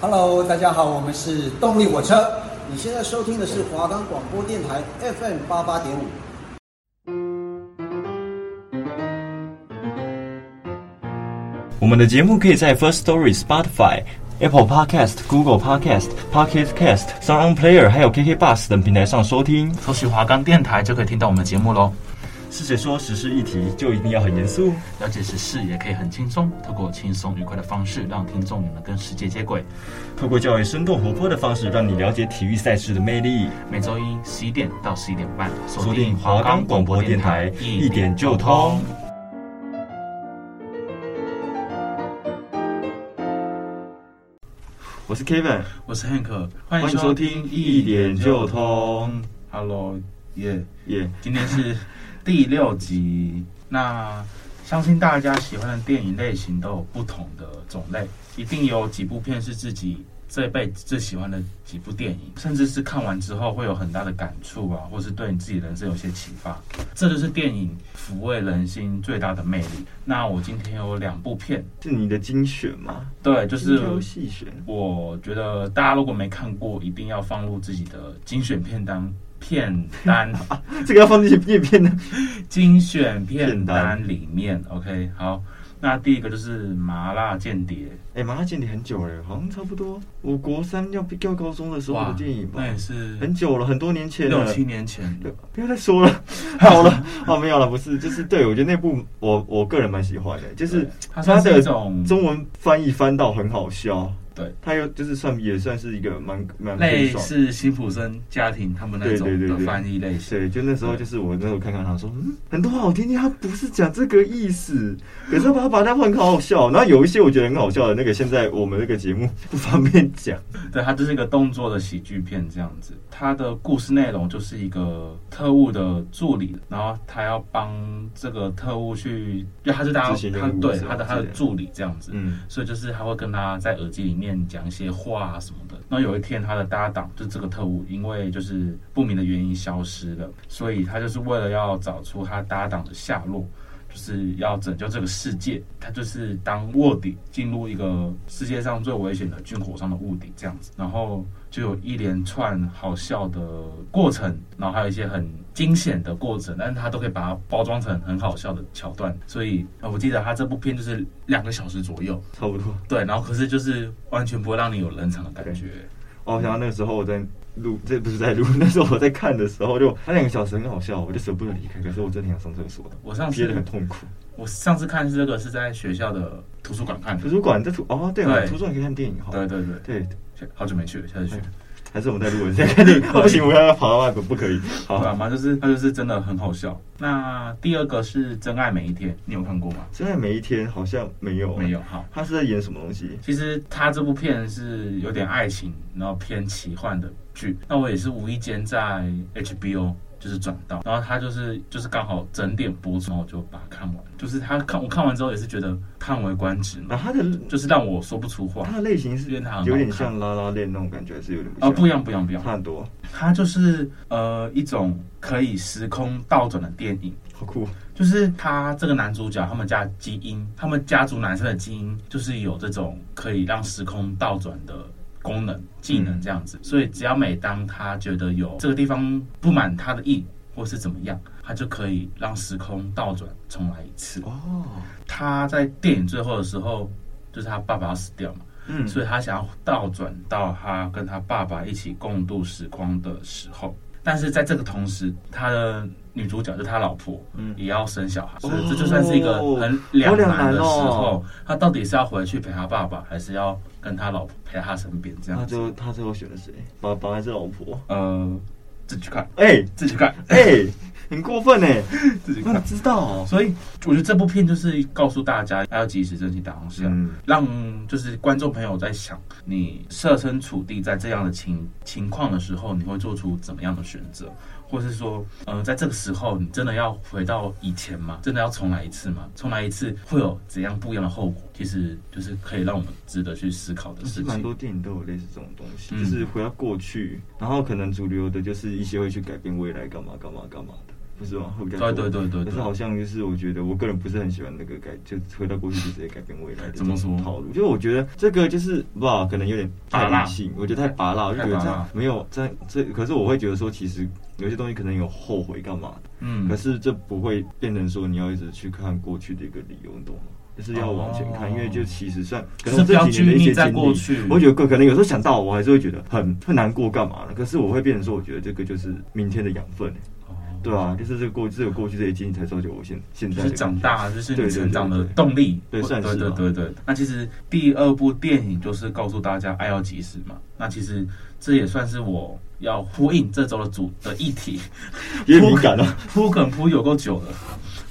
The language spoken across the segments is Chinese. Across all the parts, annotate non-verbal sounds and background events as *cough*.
Hello，大家好，我们是动力火车。你现在收听的是华冈广播电台 FM 八八点五。我们的节目可以在 First Story、Spotify、Apple Podcast、Google Podcast、Pocket Cast、Sound On Player 还有 KK Bus 等平台上收听。搜寻华冈电台就可以听到我们的节目喽。是谁说时事议题就一定要很严肃？了解时事也可以很轻松，透过轻松愉快的方式，让听众们跟世界接轨。透过较为生动活泼的方式，让你了解体育赛事的魅力。每周一十一点到十一点半，锁定华冈广播电台，一点就通。我是 Kevin，我是 Hank，欢欢迎迎收收听听《 《一一点点就就通通》。Hello，耶、耶、今天是第六集。那相信大家喜欢的电影类型都有不同的种类，一定有几部片是自己这辈子最喜欢的几部电影，甚至是看完之后会有很大的感触啊，或是对你自己人生有些启发。这就是电影抚慰人心最大的魅力。那我今天有两部片，是你的精选吗？对，就是精挑细选。我觉得大家如果没看过，一定要放入自己的精选片单片单这个要放进去片片呢？精选片片单单里面。OK，好，那第一个就是《麻辣间谍 *laughs* 哎、麻辣间谍很久了，好像差不多我国三要要高中的》时候的电影吧那，也是很久了，很多年前了。六七年前。对不要再说 *laughs* 了，好了，哦，没有了，不是，就是对我觉得那部我我个人蛮喜欢的，就是对它它算是的一种中文翻译翻到很好笑，对，它又就是算也算是一个蛮蛮类酷爽的似辛普森家庭他们那对种对对的对翻译类型，对，就那时候就是我那时候看看他说，嗯，很多好听听，他不是讲这个意思， *laughs* 可是他把它把它很好笑。然后有一些我觉得很好笑的那个，现在我们这个节目不方便讲。对，它就是一个动作的喜剧片这样子。它的故事内容就是一个特务的助理，然后他要帮这个特务去，就他是他执行任他务对是吧他的他之的类的助理这样子，嗯，所以就是他会跟他在耳机里面讲一些话啊什么的。那有一天，他的搭档就是这个特务，因为就是不明的原因消失了，所以他就是为了要找出他搭档的下落，就是要拯救这个世界。他就是当卧底进入一个世界上最危险的军火商的卧底这样子，然后就有一连串好笑的过程，然后还有一些很惊险的过程，但是他都可以把它包装成很好笑的桥段。所以，呃我记得他这部片就是两个小时左右。差不多。对，然后可是就是完全不会让你有冷场的感觉。哦，我想到那个时候我在录，这不是在录， *laughs* 那时候我在看的时候就，他两个小时很好笑，我就舍不得离开。可是我真的很想上厕所，我上憋得次很痛 *laughs* 苦。我上次看这个是在学校的图书馆看的图，书馆在图哦，对了，对图书馆可以看电影哈。对对对，对，好久没去了，下次去哎。还是我们在录，现在看电影。 *laughs* 哦不行，我要跑到外国，不可以。好吧，好，嘛啊就是它就是真的很好笑。那第二个是《真爱每一天》，你有看过吗？现在每一天好像没有没有，嗯好。他是在演什么东西？其实他这部片是有点爱情，然后偏奇幻的剧。那我也是无意间在 HBO 就是转到，然后他就是就是刚好整点播出，然后我就把它看完。就是他看我看完之后也是觉得叹为观止嘛然，后他的就是让我说不出话它。的类型是因为它很好看有点像拉拉链那种感觉，还是有点不啊、像？不一样，不一样，不一样差。很多，它就是呃一种可以时空倒转的电影，好酷。就是他这个男主角，他们家基因，他们家族男生的基因就是有这种可以让时空倒转的功能、技能这样子。所以只要每当他觉得有这个地方不满他的意，或是怎么样，他就可以让时空倒转重来一次。哦，他在电影最后的时候，就是他爸爸要死掉嘛，嗯，所以以他想要倒转到他跟他爸爸一起共度时光的时候，但是在这个同时，他的女主角就是他老婆，嗯也要生小孩，所哦以这就算是一个很两难的时好两难候哦，他到底是要回去陪他爸爸，还是要跟他老婆陪在他身边这他样最子？后他最后选了谁？爸爸还是老婆？呃，自己去看，哎自己去看，哎，很过分哎！自己去我哪看。知道哦。所以我觉得这部片就是告诉大家要及时珍惜当下，嗯让就是观众朋友在想，你设身处地在这样的情情况的时候，你会做出怎么样的选择，或是说，呃，在这个时候你真的要回到以前吗？真的要重来一次吗？重来一次会有怎样不一样的后果？其实就是可以让我们值得去思考的其实事蛮情。多电影都有类似这种东西，嗯就是回到过去，然后可能主流的就是一些会去改变未来，干嘛干嘛干嘛的。不是吗？后盖对对对对但是对，好像就是我觉得我个人不是很喜欢那个改，就回到过去就直接改变未来的怎么这种说套路？就是我觉得这个就是不知道，可能有点太拔辣理性，我觉得太拔辣，我就觉得太这拔样辣没有这样这，可是我会觉得说，其实有些东西可能有后悔干嘛，嗯可，是这不会变成说你要一直去看过去的一个理由，你懂吗？就是要往前看，哦因为就其实算可是能不这要几年的一拘些泥在经过历，去我觉得可能有时候想到，我还是会觉得很很难过，干嘛呢？可是我会变成说，我觉得这个就是明天的养分、哦对啊，就是这个过，只有过去这些经历才造就我现现在就的是长大，就是对你对成长的对对动力。对或算是对吧对对对。那其实第二部电影就是告诉大家爱要及时嘛。那其实这也算是我要呼应这周的主的议题， *laughs* *laughs* 有点敏感了。铺梗铺有够久了。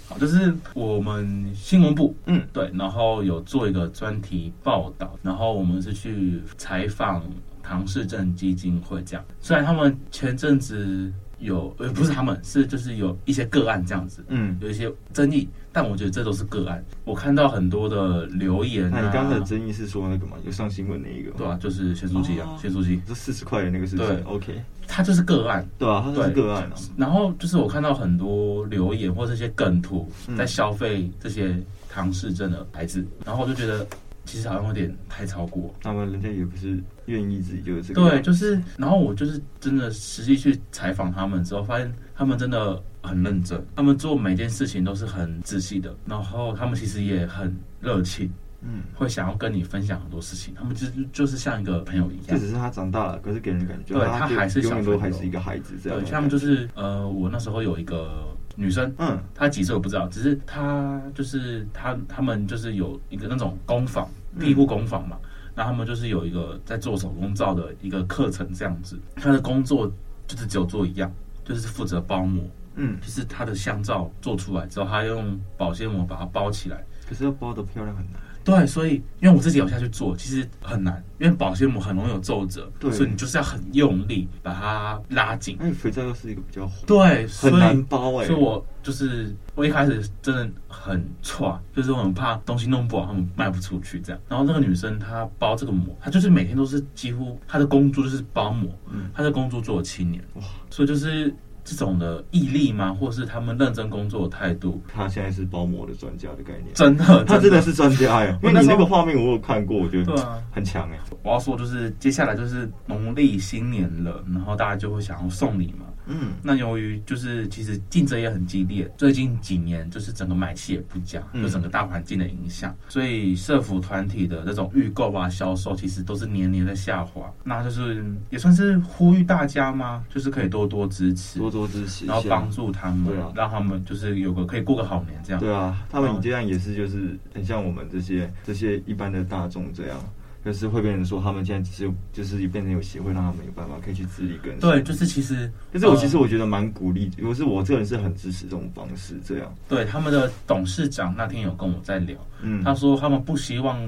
好，就是我们新闻部，嗯，对，然后有做一个专题报道，然后我们是去采访唐氏症基金会这样。虽然他们前阵子有，呃，不是他们，是就是有一些个案这样子，嗯，有一些争议，但我觉得这都是个案。我看到很多的留言那啊，你刚刚的争议是说那个嘛，有上新闻那一个嘛，对啊，就是谢书记啊哦，谢书记，这四十块的那个事情对，OK，他就是个案。对啊，它是个案啊，然后就是我看到很多留言或这些梗图嗯在消费这些唐氏症的孩子，然后我就觉得其实好像有点太超过。那么人家也不是愿意自己就是这个，对，就是，然后我就是真的实际去采访他们之后，发现他们真的很认真，他们做每件事情都是很仔细的，然后他们其实也很热情，嗯，会想要跟你分享很多事情，他们就是就是像一个朋友一就样。只是他长大了，可是给人感觉对他他还是永小远朋都友还是一个孩子这样的对，感觉，像他们就是呃，我那时候有一个女生，嗯她几岁我不知道，只是她就是她他们就是有一个那种工坊，嗯庇护工坊嘛，那他们就是有一个在做手工皂的一个课程这样子，她的工作就是只有做一样，就是负责包膜，嗯，就是她的香皂做出来之后，她用保鲜膜把它包起来。可是要包的漂亮很难，对，所以因为我自己有下去做，其实很难，因为保鲜膜很容易有皱褶，对所以你就是要很用力把它拉紧。哎，肥皂又是一个比较红对，所很难以包哎所以，我就是我一开始真的很差，就是我很怕东西弄不好，他们卖不出去这样。然后那个女生她包这个膜，她就是每天都是几乎她的工作就是包膜，嗯她的工作做了七年，哇，所以就是这种的毅力嘛，或是他们认真工作的态度，他现在是包膜的专家的概念，真的，他真的是专家哎，因我为那你时那候个画面我有看过，我觉对得啊。很强哎，我要说就是接下来就是农历新年了，然后大家就会想要送礼嘛。嗯。那由于就是其实竞争也很激烈，最近几年就是整个买气也不佳，嗯就整个大环境的影响，所以社服团体的这种预购啊、销售其实都是年年的下滑。那就是也算是呼吁大家吗？就是可以多多支持，多多支持，然后帮助他们，对啊让他们就是有个可以过个好年这样。对啊，他们这样也是，就是很像我们这些这些一般的大众这样，就是会变成说他们现在只有就是也变成有协会，让他们有办法可以去自力更生。对，就是其实，就是我呃其实我觉得蛮鼓励，我是我这个人是很支持这种方式这样。对他们的董事长那天有跟我在聊，嗯，他说他们不希望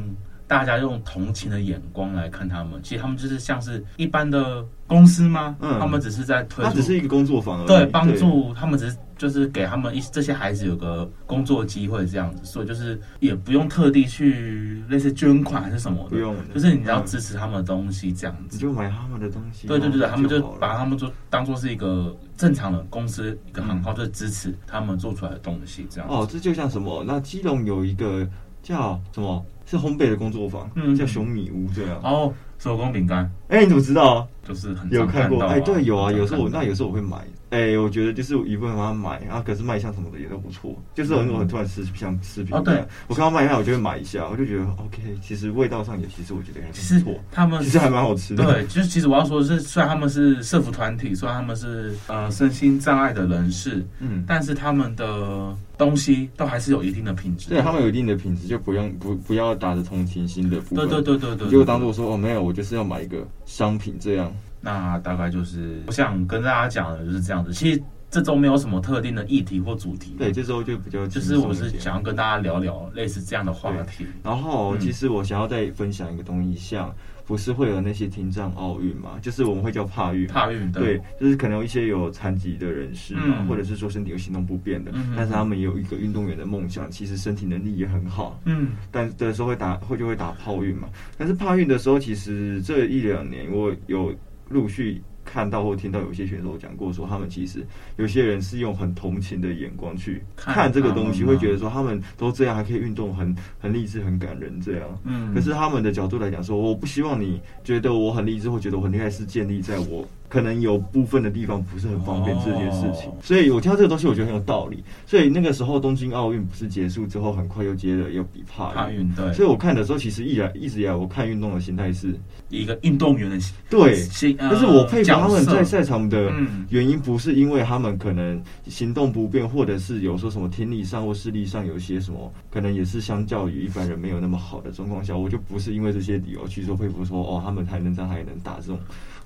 大家用同情的眼光来看他们，其实他们就是像是一般的公司吗？嗯他们只是在推他出只，是一个工作坊而已，对，帮助他们只是。就是给他们一这些孩子有个工作机会这样子，所以就是也不用特地去类似捐款还是什么不的，用，就是你只要嗯支持他们的东西这样你子。就买他们的东西，对对对，然对后他们就好了把他们就当做是一个正常的公司一个行号，就是支持他们做出来的东西这样子。嗯哦，这就像什么？那基隆有一个叫什么？是烘焙的工作坊，嗯叫熊米屋这样。哦，手工饼干哎、你怎么知道啊？就是很有常看过，到啊哎、对，有啊，很常有时候我看到那有时候我会买，哎、我觉得就是一部分把它买啊，可是卖相什么的也都不错，就是很我很突然吃像吃品，嗯哦对，我看到卖相我就会买一下，我就觉得 OK，其实味道上也其实我觉得还其实不错，他们其实还蛮好吃的，对，就是其实我要说的是，虽然他们是社服团体，虽然他们是呃身心障碍的人士，嗯，但是他们的东西都还是有一定的品质。对他们有一定的品质，就不用不不要打着同情心的部对分，对对对对，你就对当做说哦没有，我就是要买一个商品这样，那大概就是我想跟大家讲的就是这样子。其实这周没有什么特定的议题或主题，对，，这时候就比较就轻是松我一是点想要跟大家聊聊类似这样的话题。然后，嗯其实我想要再分享一个东西，像不是会有那些听障奥运嘛，就是我们会叫帕运嘛，帕运的对，就是可能有一些有残疾的人士嘛，嗯或者是说身体有行动不便的，嗯嗯但是他们也有一个运动员的梦想，其实身体能力也很好，嗯，但的时候会打会就会打泡运嘛。但是帕运的时候，其实这一两年我有陆续看到或听到有些选手讲过，说他们其实有些人是用很同情的眼光去看看这个他们东西，吗会觉得说他们都这样还可以运动很，很励志、很感人这样。嗯可是他们的角度来讲，说我不希望你觉得我很励志或觉得我很厉害，是建立在我可能有部分的地方不是很方便这件事情。哦所以我听到这个东西，我觉得很有道理。所以那个时候东京奥运不是结束之后，很快又接了又比帕帕运对，欸所以我看的时候，其实一来一直以来我看运动的心态是以一个运动员的对，心，呃但是我佩服他们在角色赛场的嗯原因，不是因为他们可能行动不便，或者是有说什么听力上或视力上有些什么，可能也是相较于一般人没有那么好的状况下，我就不是因为这些理由去说佩服说哦，他们还能这样还能打这种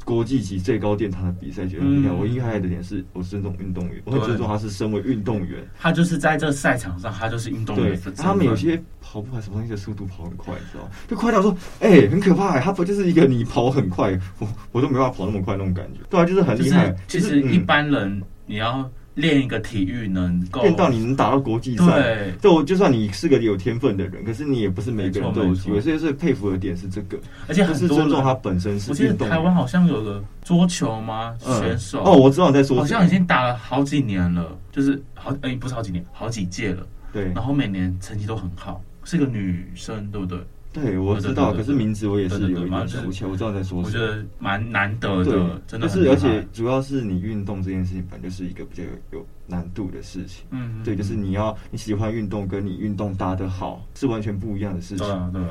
国际级最高殿堂的比赛，觉得很厉害。嗯我厉害的点是我尊重运动员，我很对尊重他是身为运动员。他就是在这赛场上，他就是运动员对的身份。，他们有些跑步还是什么东西的速度跑很快，你知道吗？就快到说，哎、很可怕、他不就是一个你跑很快，我我都没办法跑那么快那种感觉。对啊，就是很就厉害。是其就是实一嗯般人你要练一个体育能够练到你能打到国际赛。对。就就算你是个有天分的人，可是你也不是每个人没错都有机没会，错所以最佩服的点是这个，而且就很是多人尊重他本身是我记得运动台员湾好像有个桌球吗？嗯选手哦，我知道你在说好谁，像已经打了好几年了，就是好哎、不是好几年，好几届了。对然后每年成绩都很好，是个女生，对不对？对，我知道，对对对对可是名字我也对是对对有一马点上就是想不起来，我知道你在说我觉谁。得蛮难得对的，，真的但很是厉害。而且主要是你运动这件事情本来就是一个比较有有难度的事情，嗯，嗯对，就是你要你喜欢运动跟你运动打得好是完全不一样的事对情。啊，对啊。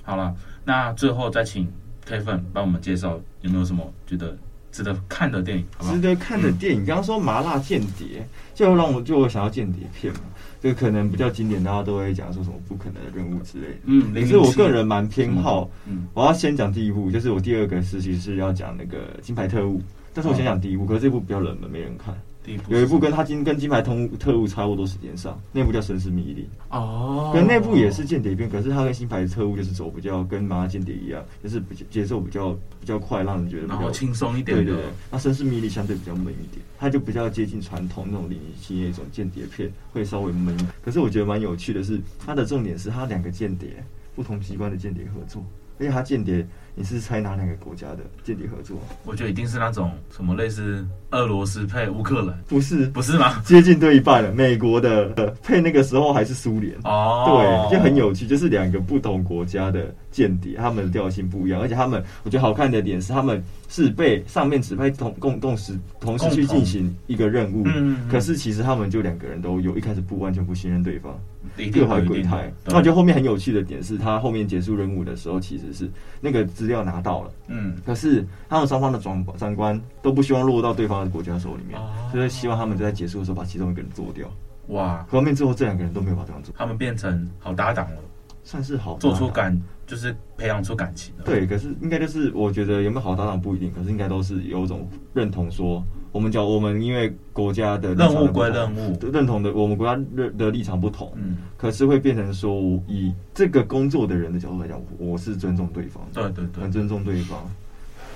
好了，那最后再请 Kevin 帮我们介绍有没有什么觉得值得看的电影，好不好值？得看的电影，刚刚说《麻辣间谍》，就让我就我想要间谍片嘛，就可能比较经典，大家都会讲说什么不可能的任务之类的。嗯，可是我个人蛮偏好，嗯，我要先讲第一部，就是我第二个事情是要讲那个《金牌特务》，但是嗯我先讲第一部，可是这部比较冷门，没人看。第一部有一部跟是他金跟《金牌通特务》差不多时间上，那部叫《神之迷离》，哦，可那部也是间谍片，可是他跟《金牌特务》就是走比较跟《麻辣间谍》一样，就是比较节奏比较比较快，让人觉得比然较后轻松一点对的，对对，那绅士迷离相对比较闷一点，它就比较接近传统那种零零七那种间谍片，会稍微闷一点。可是我觉得蛮有趣的是，它的重点是它两个间谍，不同机关的间谍合作，而且它间谍你是猜哪两个国家的间谍合作？我觉得一定是那种什么类似俄罗斯配乌克兰，不是，不是吗？接近对一半了，美国的、呃、配那个时候还是苏联。哦，对，就很有趣，就是两个不同国家的间谍，他们的调性不一样，而且他们我觉得好看的点是，他们是被上面指派同共共时同时去共同进行一个任务，嗯嗯嗯可是其实他们就两个人都有一开始不完全不信任对方，一各定会怀有一鬼定的胎。对那我觉得后面很有趣的点是，他后面结束任务的时候，其实是那个资料拿到了。嗯，可是他们双方的长长官都不希望落到对方的国家手里面，哦所以希望他们就在结束的时候把其中一个人做掉。哇，可后面最后这两个人都没有把对方做，他们变成好搭档了，算是好做搭出档感就是培养出感情了。对，可是应该就是我觉得有没有好搭档不一定，可是应该都是有一种认同说，我们讲我们因为国家的立场任务的不归同任务，认同的我们国家认的立场不同，嗯，可是会变成说我以这个工作的人的角度来讲，我我是尊重对方的，对对对很，尊重对方。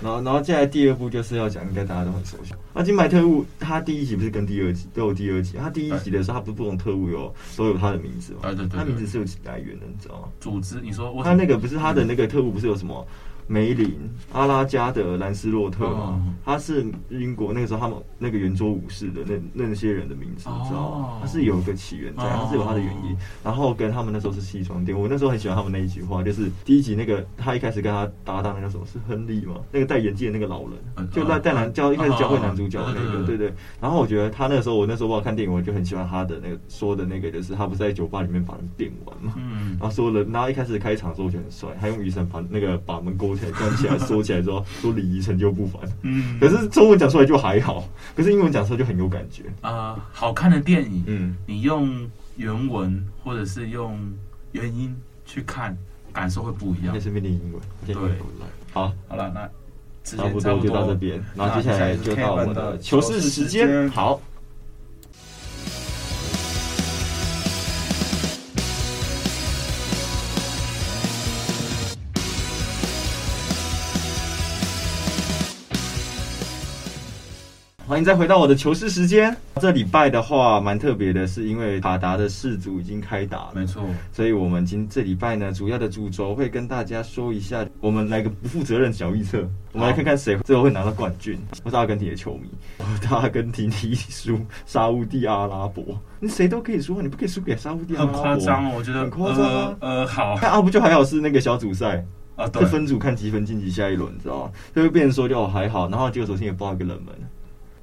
然后，然后接下来第二部就是要讲，应该大家都很熟悉。那《金牌特务》它第一集不是跟第二集都有第二集？它第一集的时候，它不是不同特务有都有他的名字吗？对对对对他名字是有来源的，你知道吗？组织你说我他那个不是他的那个特务不是有什么梅林、阿拉加德、兰斯洛特吗？哦他是英国那个时候他们那个圆桌武士的那那些人的名字，哦你知道吗？他是有一个起源在，哦他是有他的原因。然后跟他们那时候是西装店，我那时候很喜欢他们那一句话，就是第一集那个他一开始跟他搭档那个什么是亨利吗？那个戴眼镜的那个老人嗯，就那戴男教一开始教会男主角那哦个，对对。然后我觉得他那个时候，我那时候我看电影，我就很喜欢他的那个说的那个，就是他不是在酒吧里面把人电完吗？嗯然，后说了，然后一开始开场的时候我觉得很帅，他用雨伞把那个把门勾起来，站起来缩起来之后，说礼仪成就不凡。嗯可是中文讲出来就还好，可是英文讲出来就很有感觉。啊、好看的电影，嗯，你用原文或者是用原音去看，感受会不一应样该。是练英文，我现在英文不赖。好，好了，那之差前不差多不多就到这边，然后接下来就到我们的球球市市时间。好，欢迎再回到我的球市时间。这礼拜的话蛮特别的，是因为卡达的世足已经开打了，没错，所以我们今这礼拜呢，主要的主轴会跟大家说一下，我们来个不负责任小预测，我们来看看谁最后会拿到冠军。我是阿根廷的球迷， *laughs* 我的阿根廷踢输沙乌地阿拉伯，你谁都可以输啊，你不可以输给沙乌地阿拉很伯。夸张哦，我觉得很夸张啊呃呃，好那啊，不就还好是那个小组赛， *laughs* 啊，对是，分组看积分晋级下一轮，你知道吗？就会变成说就哦还好，然后结果昨天也爆一个冷门。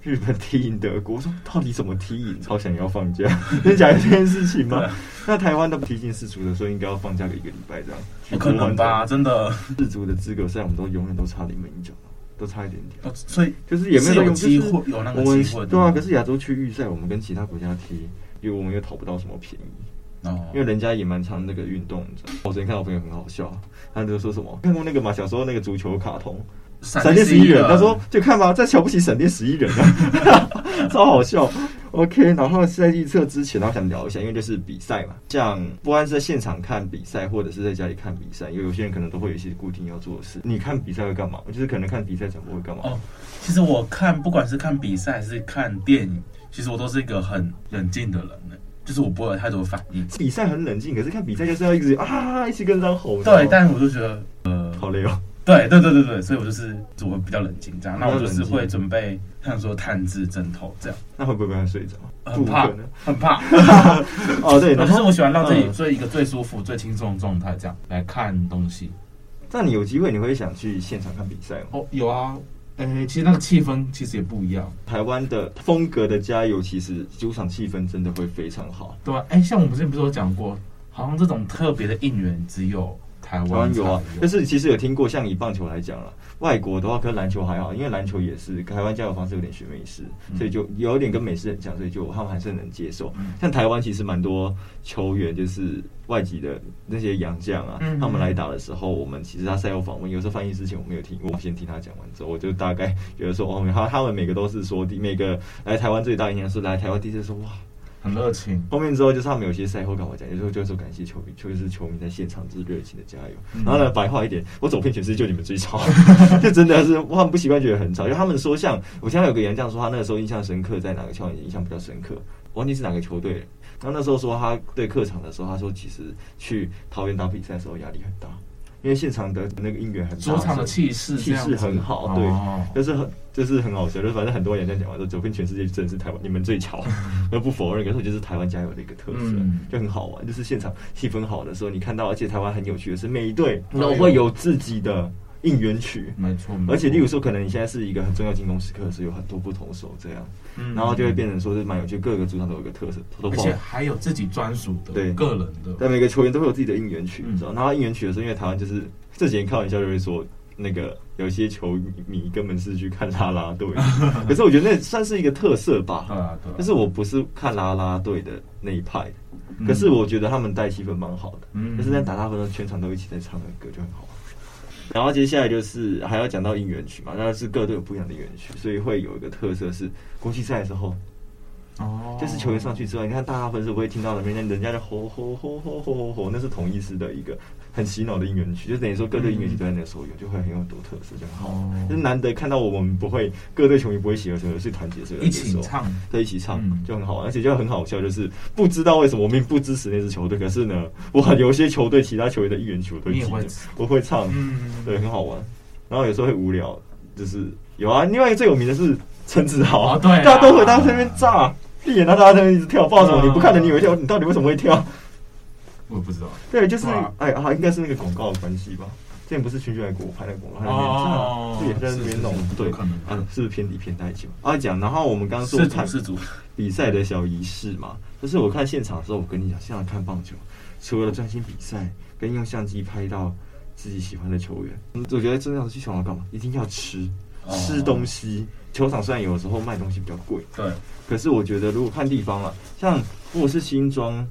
日本踢赢德国，我说到底怎么踢赢？超想要放假，你讲这件事情吗对？那台湾的踢进四足的时候，应该要放假个一个礼拜这样。不哦可能吧？真的，世足的资格赛，我们都永远都差临门一脚，都差一点点，哦所以就是也没是有用机就是会有那个我们机会的对啊，可是亚洲区预赛，我们跟其他国家踢，因为我们又讨不到什么便宜。哦因为人家也蛮常那个运动，你知道吗。我昨天看到我朋友很好笑，他就说什么看过那个嘛，小时候那个足球卡通《闪电十一人》，他说就看吧，再瞧不起《闪电十一人》 *laughs* 啊，超好笑。OK，然后在预测之前，然后想聊一下，因为就是比赛嘛，像不管是在现场看比赛，或者是在家里看比赛，因为有些人可能都会有一些固定要做的事。你看比赛会干嘛？就是可能看比赛转播会干嘛？哦，其实我看不管是看比赛还是看电影，其实我都是一个很冷静的人呢，就是我不会有太多反应。比赛很冷静，可是看比赛就是要一直啊，一起跟张吼。你知道吗对，但我就觉得，呃，好累哦。对对对对对，所以我就是我会比较冷静这样，那我就是比较冷会静准备像说探子枕头这样，那会不会被他睡着？很不怕可能很怕， *laughs* 哦，对，然可是后我喜欢让自己嗯最一个最舒服、最轻松的状态这样来看东西。那你有机会你会想去现场看比赛吗？哦，有啊，诶，其实那个气氛其实也不一样，台湾的风格的加油，其实主场气氛真的会非常好。对吧？哎，像我们之前不是有讲过，好像这种特别的应援只有台台湾湾有啊才，但是其实有听过，像以棒球来讲了，外国的话，可是篮球还好，因为篮球也是台湾加油方式有点学美式，嗯所以就有点跟美式很像，所以就他们还是很能接受嗯。像台湾其实蛮多球员就是外籍的那些洋将啊嗯，他们来打的时候，我们其实他赛后访问，有时候翻译之前我没有听过，我先听他讲完之后，我就大概觉得说，哦，他他们每个都是说，第每个来台湾最大印象是来台湾第一次说哇。很热情。后面之后就是他们有些赛后跟我讲，有时候就是说感谢球迷，就是球迷在现场就是热情的加油。嗯然后呢，白话一点，我走遍全世界就你们最 *laughs* 吵，就真的是我很不习惯，觉得很吵。因为他们说像我听到有个人这样说，他那个时候印象深刻在哪个球场印象比较深刻，我忘记是哪个球队了。然后那时候说他对客场的时候，他说其实去桃园打比赛的时候压力很大，因为现场的那个应援很大声，主场的气势这气样子，势很好，对，哦就是很就是很好笑，就是反正很多人在讲完之后，走遍全世界真的是台湾，你们最 *laughs* 巧，那不否认，可是我觉得是台湾加油的一个特色，嗯就很好玩，就是现场气氛好的时候，你看到，而且台湾很有趣的是，每一队嗯都会有自己的应援曲。没错。而且，例如说，说，可能你现在是一个很重要进攻时刻的时候，有很多不同手这样，嗯然后就会，变成说是蛮有趣，各个主场都有一个特色，都而不好且还有自己专属的、对个人的，但每个球员都会有自己的应援曲，嗯你知道？然后应援曲的时候，因为台湾就是这几年开玩笑就会说，那个有一些球迷根本是去看啦啦队， *laughs* 可是我觉得那算是一个特色对吧。 *laughs* 啊，对啊。但是我不是看啦啦队的那一派，嗯可是我觉得他们带气氛蛮好的，嗯就是在打大分的时候全场都一起在唱的歌就很好玩。然后接下来就是还要讲到应援曲嘛，那是各队有不一样的应援曲，所以会有一个特色是国际赛的时候，哦，就是球员上去之后，你看大家分是不会听到那边人家在吼吼吼吼吼吼吼，那是同意式的一个很洗脑的应援曲，就等于说各队应援曲都在那个时候有，就会很有独特色，就很好玩。哦就是难得看到我们不会各队球迷不会协和而是团结，所以一起唱，在一起唱、嗯就很好玩，而且就很好笑，就是不知道为什么我们不支持那支球队，可是呢，我有些球队其他球员的应援曲我都你记也会得，我会唱，嗯，对，很好玩。然后有时候会无聊，就是有啊。另外一个最有名的是陈子豪，哦对啊大家都回到这边炸，闭眼让大家在那边一直跳，不知道什么，嗯你不看的你以为跳，你到底为什么会跳？我也不知道。对，就是对啊哎啊，应该是那个广告的关系吧。之前不是群群来给我拍那个广告，他在哦那边炸，对，在那边弄是是是，对有可能，啊，是不是偏离偏太久？啊，讲，然后我们刚刚说是看主是主，比赛的小仪式嘛。就是我看现场的时候，我跟你讲，现场看棒球，除了专心比赛，跟用相机拍到自己喜欢的球员，嗯我觉得真的要去球场干嘛？一定要吃，哦吃东西。球场虽然有时候卖东西比较贵，对，可是我觉得如果看地方了，像如果是新庄。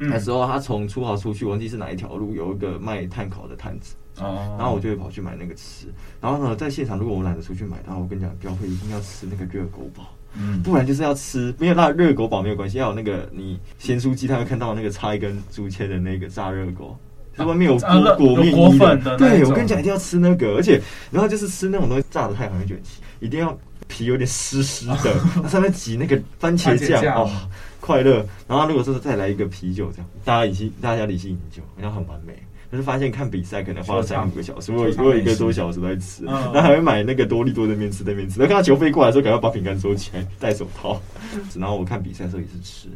嗯那时候他从出豪出去，忘记是哪一条路，有一个卖炭烤的摊子，哦，然后我就会跑去买那个吃。然后呢，在现场如果我懒得出去买，然后我跟你讲，标会一定要吃那个热狗堡，嗯，不然就是要吃没有那热狗堡没有关系，要有那个你咸酥鸡，他会看到那个插一根竹签的那个炸热狗。就是外面有啊热裹裹面有衣裹粉的那对种我跟你讲，一定要吃那个，而且然后就是吃那种东西炸的太好像卷起，一定要皮有点湿湿 *laughs* 的，他上面挤那个番茄番茄酱酱，哦，快乐。然后他如果说是再来一个啤酒这样，大家一起大家理性饮酒，然后很完美。但是发现看比赛可能花了球场三五个小时，我有球场我有一个美食多小时都在吃，嗯然后还会买那个多利多在那边吃在那边吃。然后看到球飞过来的时候，赶快把饼干收起来，戴手套。 *laughs* 然后我看比赛的时候也是吃，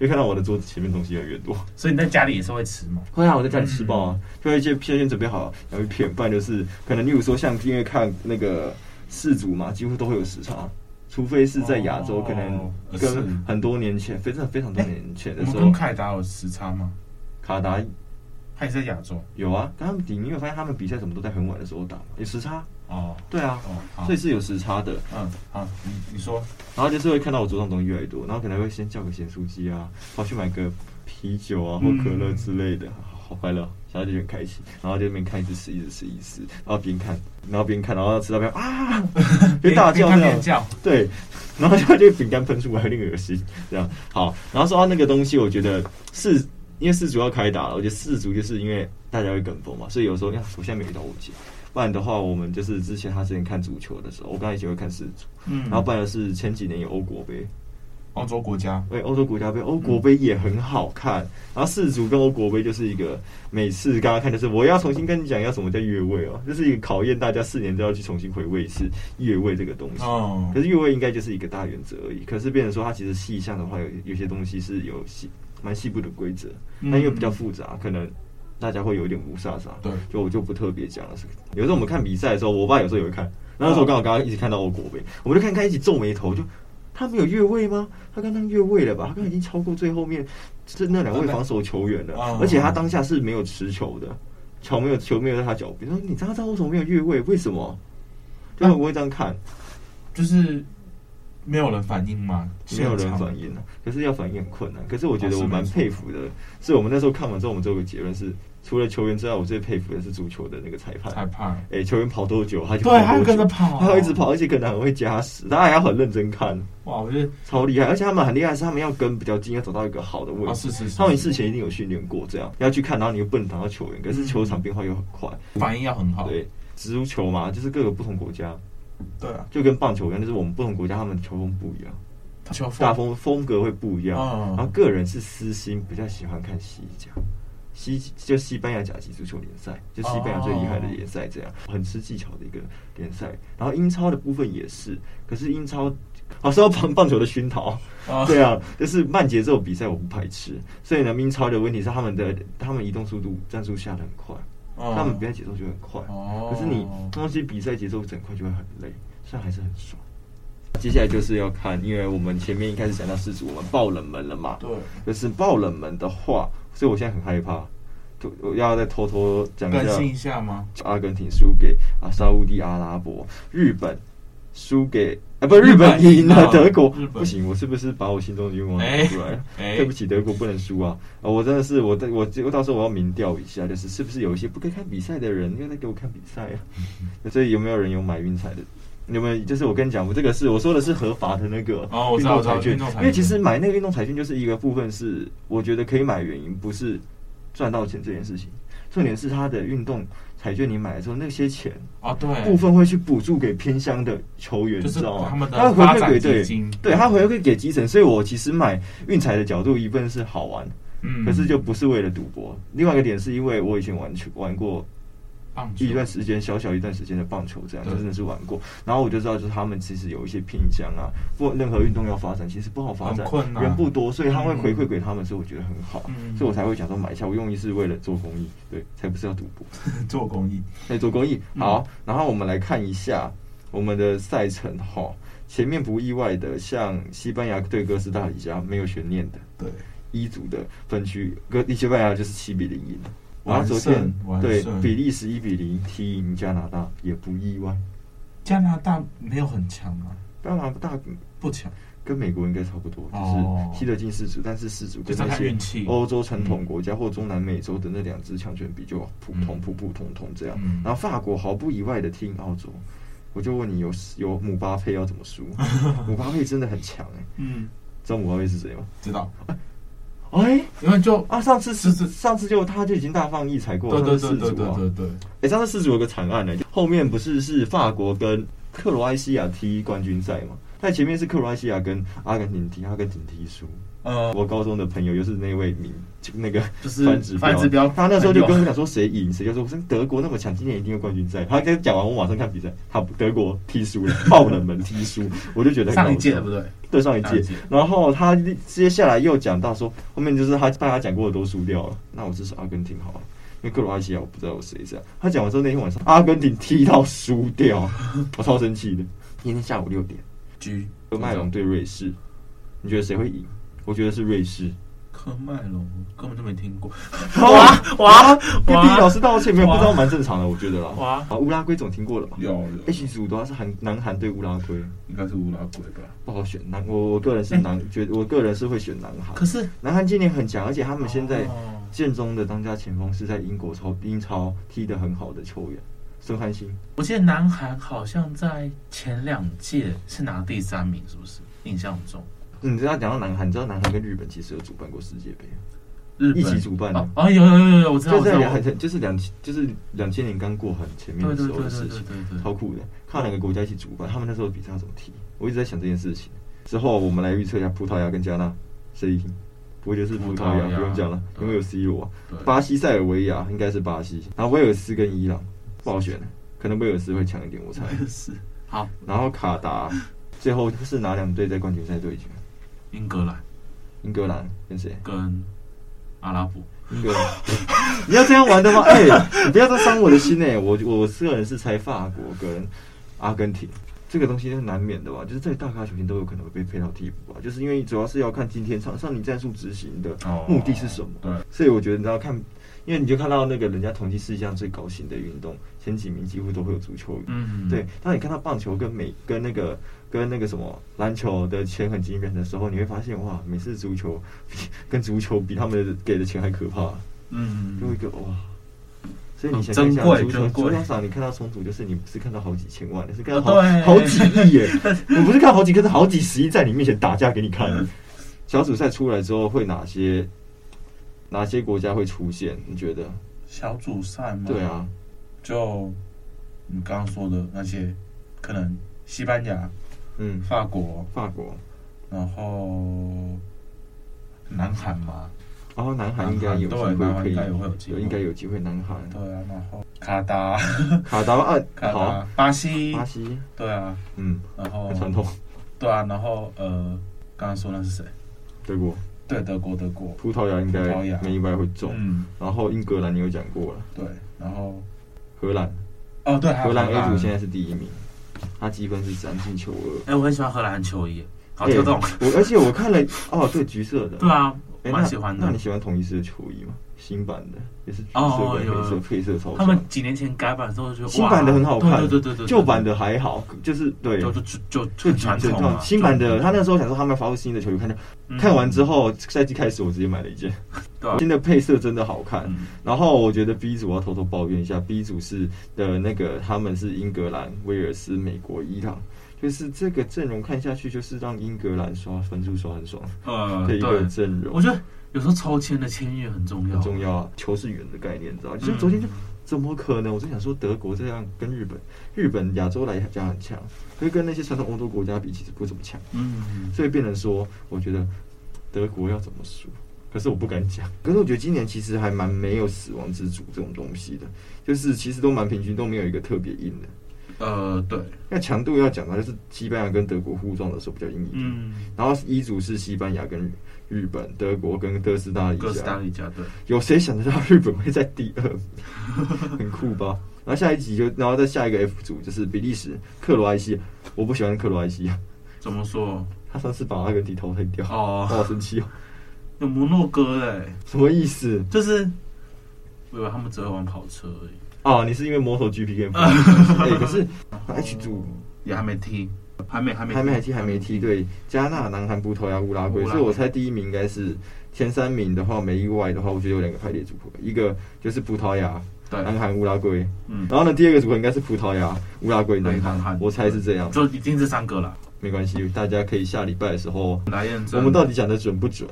就看到我的桌子前面东西越来越多。所以你在家里也是会吃嘛？ *laughs* 会啊，我在家里吃爆啊，就会一些片先准备好，然后一片，不然就是可能，例如说像因为看那个世足嘛，几乎都会有时差，除非是在亚洲，哦可能是跟很多年前，非常非常多年前我的们时跟候，凯达有时差吗？卡达他也是在亚洲有啊，跟他们比，你有发现他们比赛什么都在很晚的时候打嘛，有时差，哦对啊，哦，好所以是有时差的。嗯好，你你说然后就是会看到我桌上东西越来越多，然后可能会先叫个咸酥鸡啊，跑去买个啤酒啊或可乐之类的，好快乐，然后就很开心，然后就在那边看一直吃一直吃一直吃，然后边看然后边看，然后吃到边啊，边大叫这 *laughs* 边看边样，叫，对，然后就就饼干喷出来，有点恶心这样。好，然后说到那个东西，我觉得是。因为四足要开打了，我觉得四足就是因为大家会跟风嘛，所以有时候呀，我现在没遇到我姐，不然的话，我们就是之前他之前看足球的时候，我跟他一起会看四足，嗯，然后不然就是前几年有欧国杯，澳洲国家哎，欧洲国家杯，欧国杯也很好看。然后世足跟欧国杯就是一个每次刚刚看就是我要重新跟你讲要什么叫越位哦，这是一个考验大家四年都要去重新回味一次越位这个东西。哦可是越位应该就是一个大原则而已，可是变成说它其实细项的话有有些东西是有细蛮细部的规则，嗯那因为比较复杂，可能大家会有一点无煞煞。对就我就不特别讲了。有时候我们看比赛的时候，我爸有时候也会看，然后那时候我刚好刚刚一起看到欧国杯，我们就看看一起皱眉头，就他没有越位吗？他刚刚越位了吧？他刚刚已经超过最后面是那两位防守球员哦了，而且他当下是没有持球的，球没有球没有在他脚边。说你张张为什么没有越位？为什么？就啊很不会这样看，就是没有人反应吗？没有人现场反应啊。可是要反应很困难。可是我觉哦得是我蛮没错佩服的，是我们那时候看完之后，我们最后有个结论是，除了球员之外，我最佩服的是足球的那个裁判。裁判，哎、球员跑多久，他就跑对多久他就跟着跑啊他会一直跑，而且可能很会加时，大家要很认真看，哇，我觉得超厉害。而且他们很厉害，是他们要跟比较近，要找到一个好的位置。哦是是是他们事前一定有训练过，这样要去看，然后你又不能挡到球员，可是球场变化又很快。反应要很嗯好，对，足球嘛，就是各个不同国家，对啊，就跟棒球一样，就是我们不同国家他们的球风不一样，他球风大风风格会不一样。哦然后个人是私心比较喜欢看西甲。西就西班牙甲级足球联赛，就哦西班牙最厉害的联赛，这样、很吃技巧的一个联赛。然后英超的部分也是，可是英超，啊，说到棒棒球的熏陶，哦 *laughs* 对啊，就是慢节奏比赛我不排斥。所以呢，英超的问题是他们的他们移动速度战术下的很快，哦他们比赛节奏就很快。哦可是你东西比赛节奏整块就会很累，虽然还是很爽。接下来就是要看，因为我们前面一开始讲到四组，我们爆冷门了嘛，对，就是爆冷门的话，所以我现在很害怕，就我要再偷偷讲更新一一下吗？下，阿根廷输给啊沙乌地阿拉伯，日本输给啊不日日本本赢赢了了德国日本，不行，我是不是把我心中的愿望讲出来了？哎哎对不起，德国不能输啊！啊，我真的是我在我我到时候我要民调一下，就是是不是有一些不该看比赛的人又在给我看比赛啊？所以有没有人有买运彩的？有没有？就是我跟你讲，我这个是我说的是合法的那个哦运我知动彩道我知道券，运动彩券因为其实买那个运动彩券就是一个部分是我觉得可以买原因，不是赚到钱这件事情，重点是它的运动彩券你买了之后那些钱哦，对，部分会去补助给偏乡的球员，就是你知道吗？他们的他会发回展馈给基金对，对他回馈给基层，所以我其实买运彩的角度，一份是好玩，嗯可是就不是为了赌博。另外一个点是因为我以前玩球玩过棒球一 *laughs* 段时间，小小一段时间的棒球，这样对就真的是玩过。然后我就知道，就是他们其实有一些偏乡啊，或任何运动要发展，其实不好发很展，困难人不多，所以他会嗯回馈给他们，所以我觉得很好，嗯所以我才会想说买一下。我用意是为了做公益，对，才不是要赌博。做公益，在做公益。嗯好，然后我们来看一下我们的赛程哈。前面不意外的，像西班牙对哥斯达黎加没有悬念的，对，一组的分区，哥西班牙就是七比零赢了。然后昨完天胜完对胜比利时一比零踢赢加拿大，也不意外。加拿大没有很强啊，加拿大不强，跟美国应该差不多，哦就是踢得进四组，但是四组跟就是那看些运气欧洲传统国家或中南美洲的那两支强权比就普嗯通、普普通通这样嗯。然后法国毫不意外的踢赢澳洲，我就问你有有姆巴佩要怎么 *laughs* 输？姆巴佩真的很强哎，嗯，知道姆巴佩是谁吗？知道，哎因 *laughs* 为就啊，上次是是是上次就他就已经大放异彩过对了，对上对次对四组对啊。对对，哎，上次四组有个惨案呢，后面不是是法国跟克罗埃西亚踢冠军赛嘛，但前面是克罗埃西亚跟阿根廷踢，阿根廷踢输。呃，我高中的朋友又是那位名，就那个就是反指反指标他那时候就朋友跟我讲说谁赢谁就说这德国那么强，今年一定会冠军赛。他跟讲完，我马上看比赛，他德国踢输了，爆冷门踢输，我就觉得很上一届搞的笑不对，对上一上一届届，然后他接下来又讲到说，后面就是他大家讲过的都输掉了，那我支持阿根廷好了，因为克罗埃西亚我不知道有谁这样。他讲完之后那天晚上，阿根廷踢到输掉， *laughs* 我超生气的。今天下午六点，居科麦隆对瑞士，你觉得谁会赢？我觉得是瑞士。科麦隆根本就没听过，哇哇跟哇地理老师道歉，没有哇不知道蛮正常的，我觉得啦。哇啊，乌拉圭总听过了吧有有 H 组的话是韩南韩对乌拉圭，应该是乌拉圭吧？不好选。南我我个人是 *laughs* 南，觉我个人是会选南韩。可是南韩今年很强，而且他们现在哦建中的当家前锋是在英国超英超踢得很好的球员孙汉兴，我记得南韩好像在前两届是拿第三名，是不是？印象中，嗯你知道讲到南韩，你知道南韩跟日本其实有主办过世界杯，日本一起主办的哦，哦有有有有有，我知道，就我知在道，两很就是两就是两千年刚过很前面对的对时对候的对事对情对，对超酷的。看两个国家一起主办，他们那时候比赛要怎么踢，我一直在想这件事情。之后我们来预测一下葡萄牙跟加纳谁赢，我觉得是葡萄葡萄牙，牙不用讲了，对因为有 C 罗啊。对巴西、塞尔维亚应该是巴西，然后威尔斯跟伊朗不好选，可能威尔斯会强一点， *laughs* 我猜。我也是。好，然后卡达最后是哪两队在冠军赛对决？英格兰英格兰跟谁？跟阿拉伯，英格兰。 *laughs* 你要这样玩的吗？哎、你不要再伤我的心哎、我我个人是猜法国跟阿根廷，这个东西是难免的吧？就是在大咖球星都有可能会被配到替补吧，就是因为主要是要看今天场上你战术执行的哦目的是什么。对，所以我觉得你知道看，因为你就看到那个人家统计世界上最高薪的运动前几名几乎都会有足球。嗯，对，当你看到棒球跟美跟那个跟那个什么篮球的钱很惊人的时候，你会发现哇，每次足球比 *laughs* 跟足球比他们的给的钱还可怕，嗯，又一个哇。所以你嗯想想珍贵足球珍贵足球场，你看到冲突就是你不是看到好几千万，你是看到好、哦 *laughs* 对好几亿 *laughs* 耶！我不是看好几个，是好几十亿在你面前打架给你看。小组赛出来之后，会哪些哪些国家会出现？你觉得？小组赛嘛，对，啊，就你刚刚说的那些，可能西班牙、嗯，法国，法国，然后南韩嘛，然后哦南韩应该有机对南会可以，韩应该也会有机会应该有机会。南韩、 *laughs* 对啊，然后卡达、卡达啊，卡好达、，巴西巴，西，对啊，嗯，然后很传统，对啊，然后呃，刚刚说那是谁？德国，对，德国，德国，葡萄牙应葡萄该牙没意外会中。嗯，然后英格兰你有讲过了，对，然后荷兰，哦，对，还有荷兰 A 组现在是第一名，他积分是三进球二。哎、我很喜欢荷兰球衣，好哎跳动。我而且我看了，哦，对，橘色的，对啊，哎，蛮喜欢那。的那你。喜欢同一色的球衣吗？新版的也是橘色哦跟有黑色有配色超他像。们几年前改版的时候就觉得新版的很好看，对对对对对，旧版的还好，就是对，就就就就就很传统嘛。新版就的，他那时候想说他们要发布新的球衣，看到看完之，后，赛季开始我直接买了一件，对啊新的配色真的好看。嗯然后我觉得 B 组我要偷偷抱怨一下，B 组是的那个他们是英格兰、威尔斯、美国、伊朗，就是这个阵容看下去就是让英格兰刷分数刷很爽呃，的一个对，阵容我，觉得有时候抽签的签约很重要，很重要啊。球是圆的概念，你知道吗？就是昨天就嗯怎么可能？我就想说德国这样跟日本，日本亚洲来讲很强，可是跟那些传统欧洲国家比其实不怎么强。嗯，所以变成说，我觉得德国要怎么输，可是我不敢讲。可是我觉得今年其实还蛮没有死亡之组这种东西的，就是其实都蛮平均，都没有一个特别硬的。呃，对，那强度要讲的话，就是西班牙跟德国互撞的时候比较硬一点。嗯，然后一组是西班牙跟日本、德国跟哥斯达黎哥斯达加，黎加，对，有谁想得到日本会在第二名？很酷吧？ *laughs* 然后下一集就，然后再下一个 F 组就是比利时、克罗埃西亚。我不喜欢克罗埃西亚，怎么说？他上次把阿根廷淘汰掉，我哦，好生气哦！有摩洛哥嘞，什么意思？就是我以为他们只会玩跑车而已，哦，你是因为 MotoGP 跟 F1 啊 *laughs* 哎、可是 H 组也还没踢，还没还没还没还踢还没踢对加纳、南韩、葡萄牙、乌拉圭，乌拉圭所以我猜第一名应该是前三名的话，没意外的话，我觉得有两个排列组合，一个就是葡萄牙、对，南韩、乌拉圭，嗯然后呢，第二个组合应该是葡萄牙、乌拉圭、对南南韩韩，我猜是这样，就已经这三个了，没关系，大家可以下礼拜的时候，来验证。我们到底讲的准不准？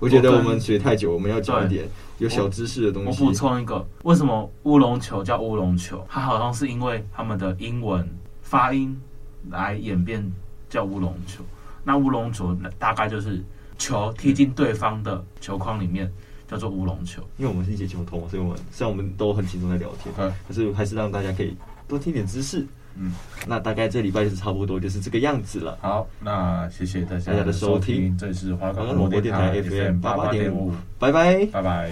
我觉得我我跟们学太久，我们要讲一点有小知识的东哦我西。补充一个，为什么乌龙球叫乌龙球？它好像是因为他们的英文发音来演变叫乌龙球。那乌龙球大概就是球踢进对方的球框里面，叫做乌龙球。因为我们是一起球童，所以我们虽然我们都很轻松在聊天，嗯可是还是让大家可以多听点知识。嗯，那大概这礼拜就是差不多就是这个样子了。好，那谢谢大家哎大家的收收听这里是华刚冈刚广广播播电电台台 FM FM 八八八八点点五五，，拜拜。拜拜。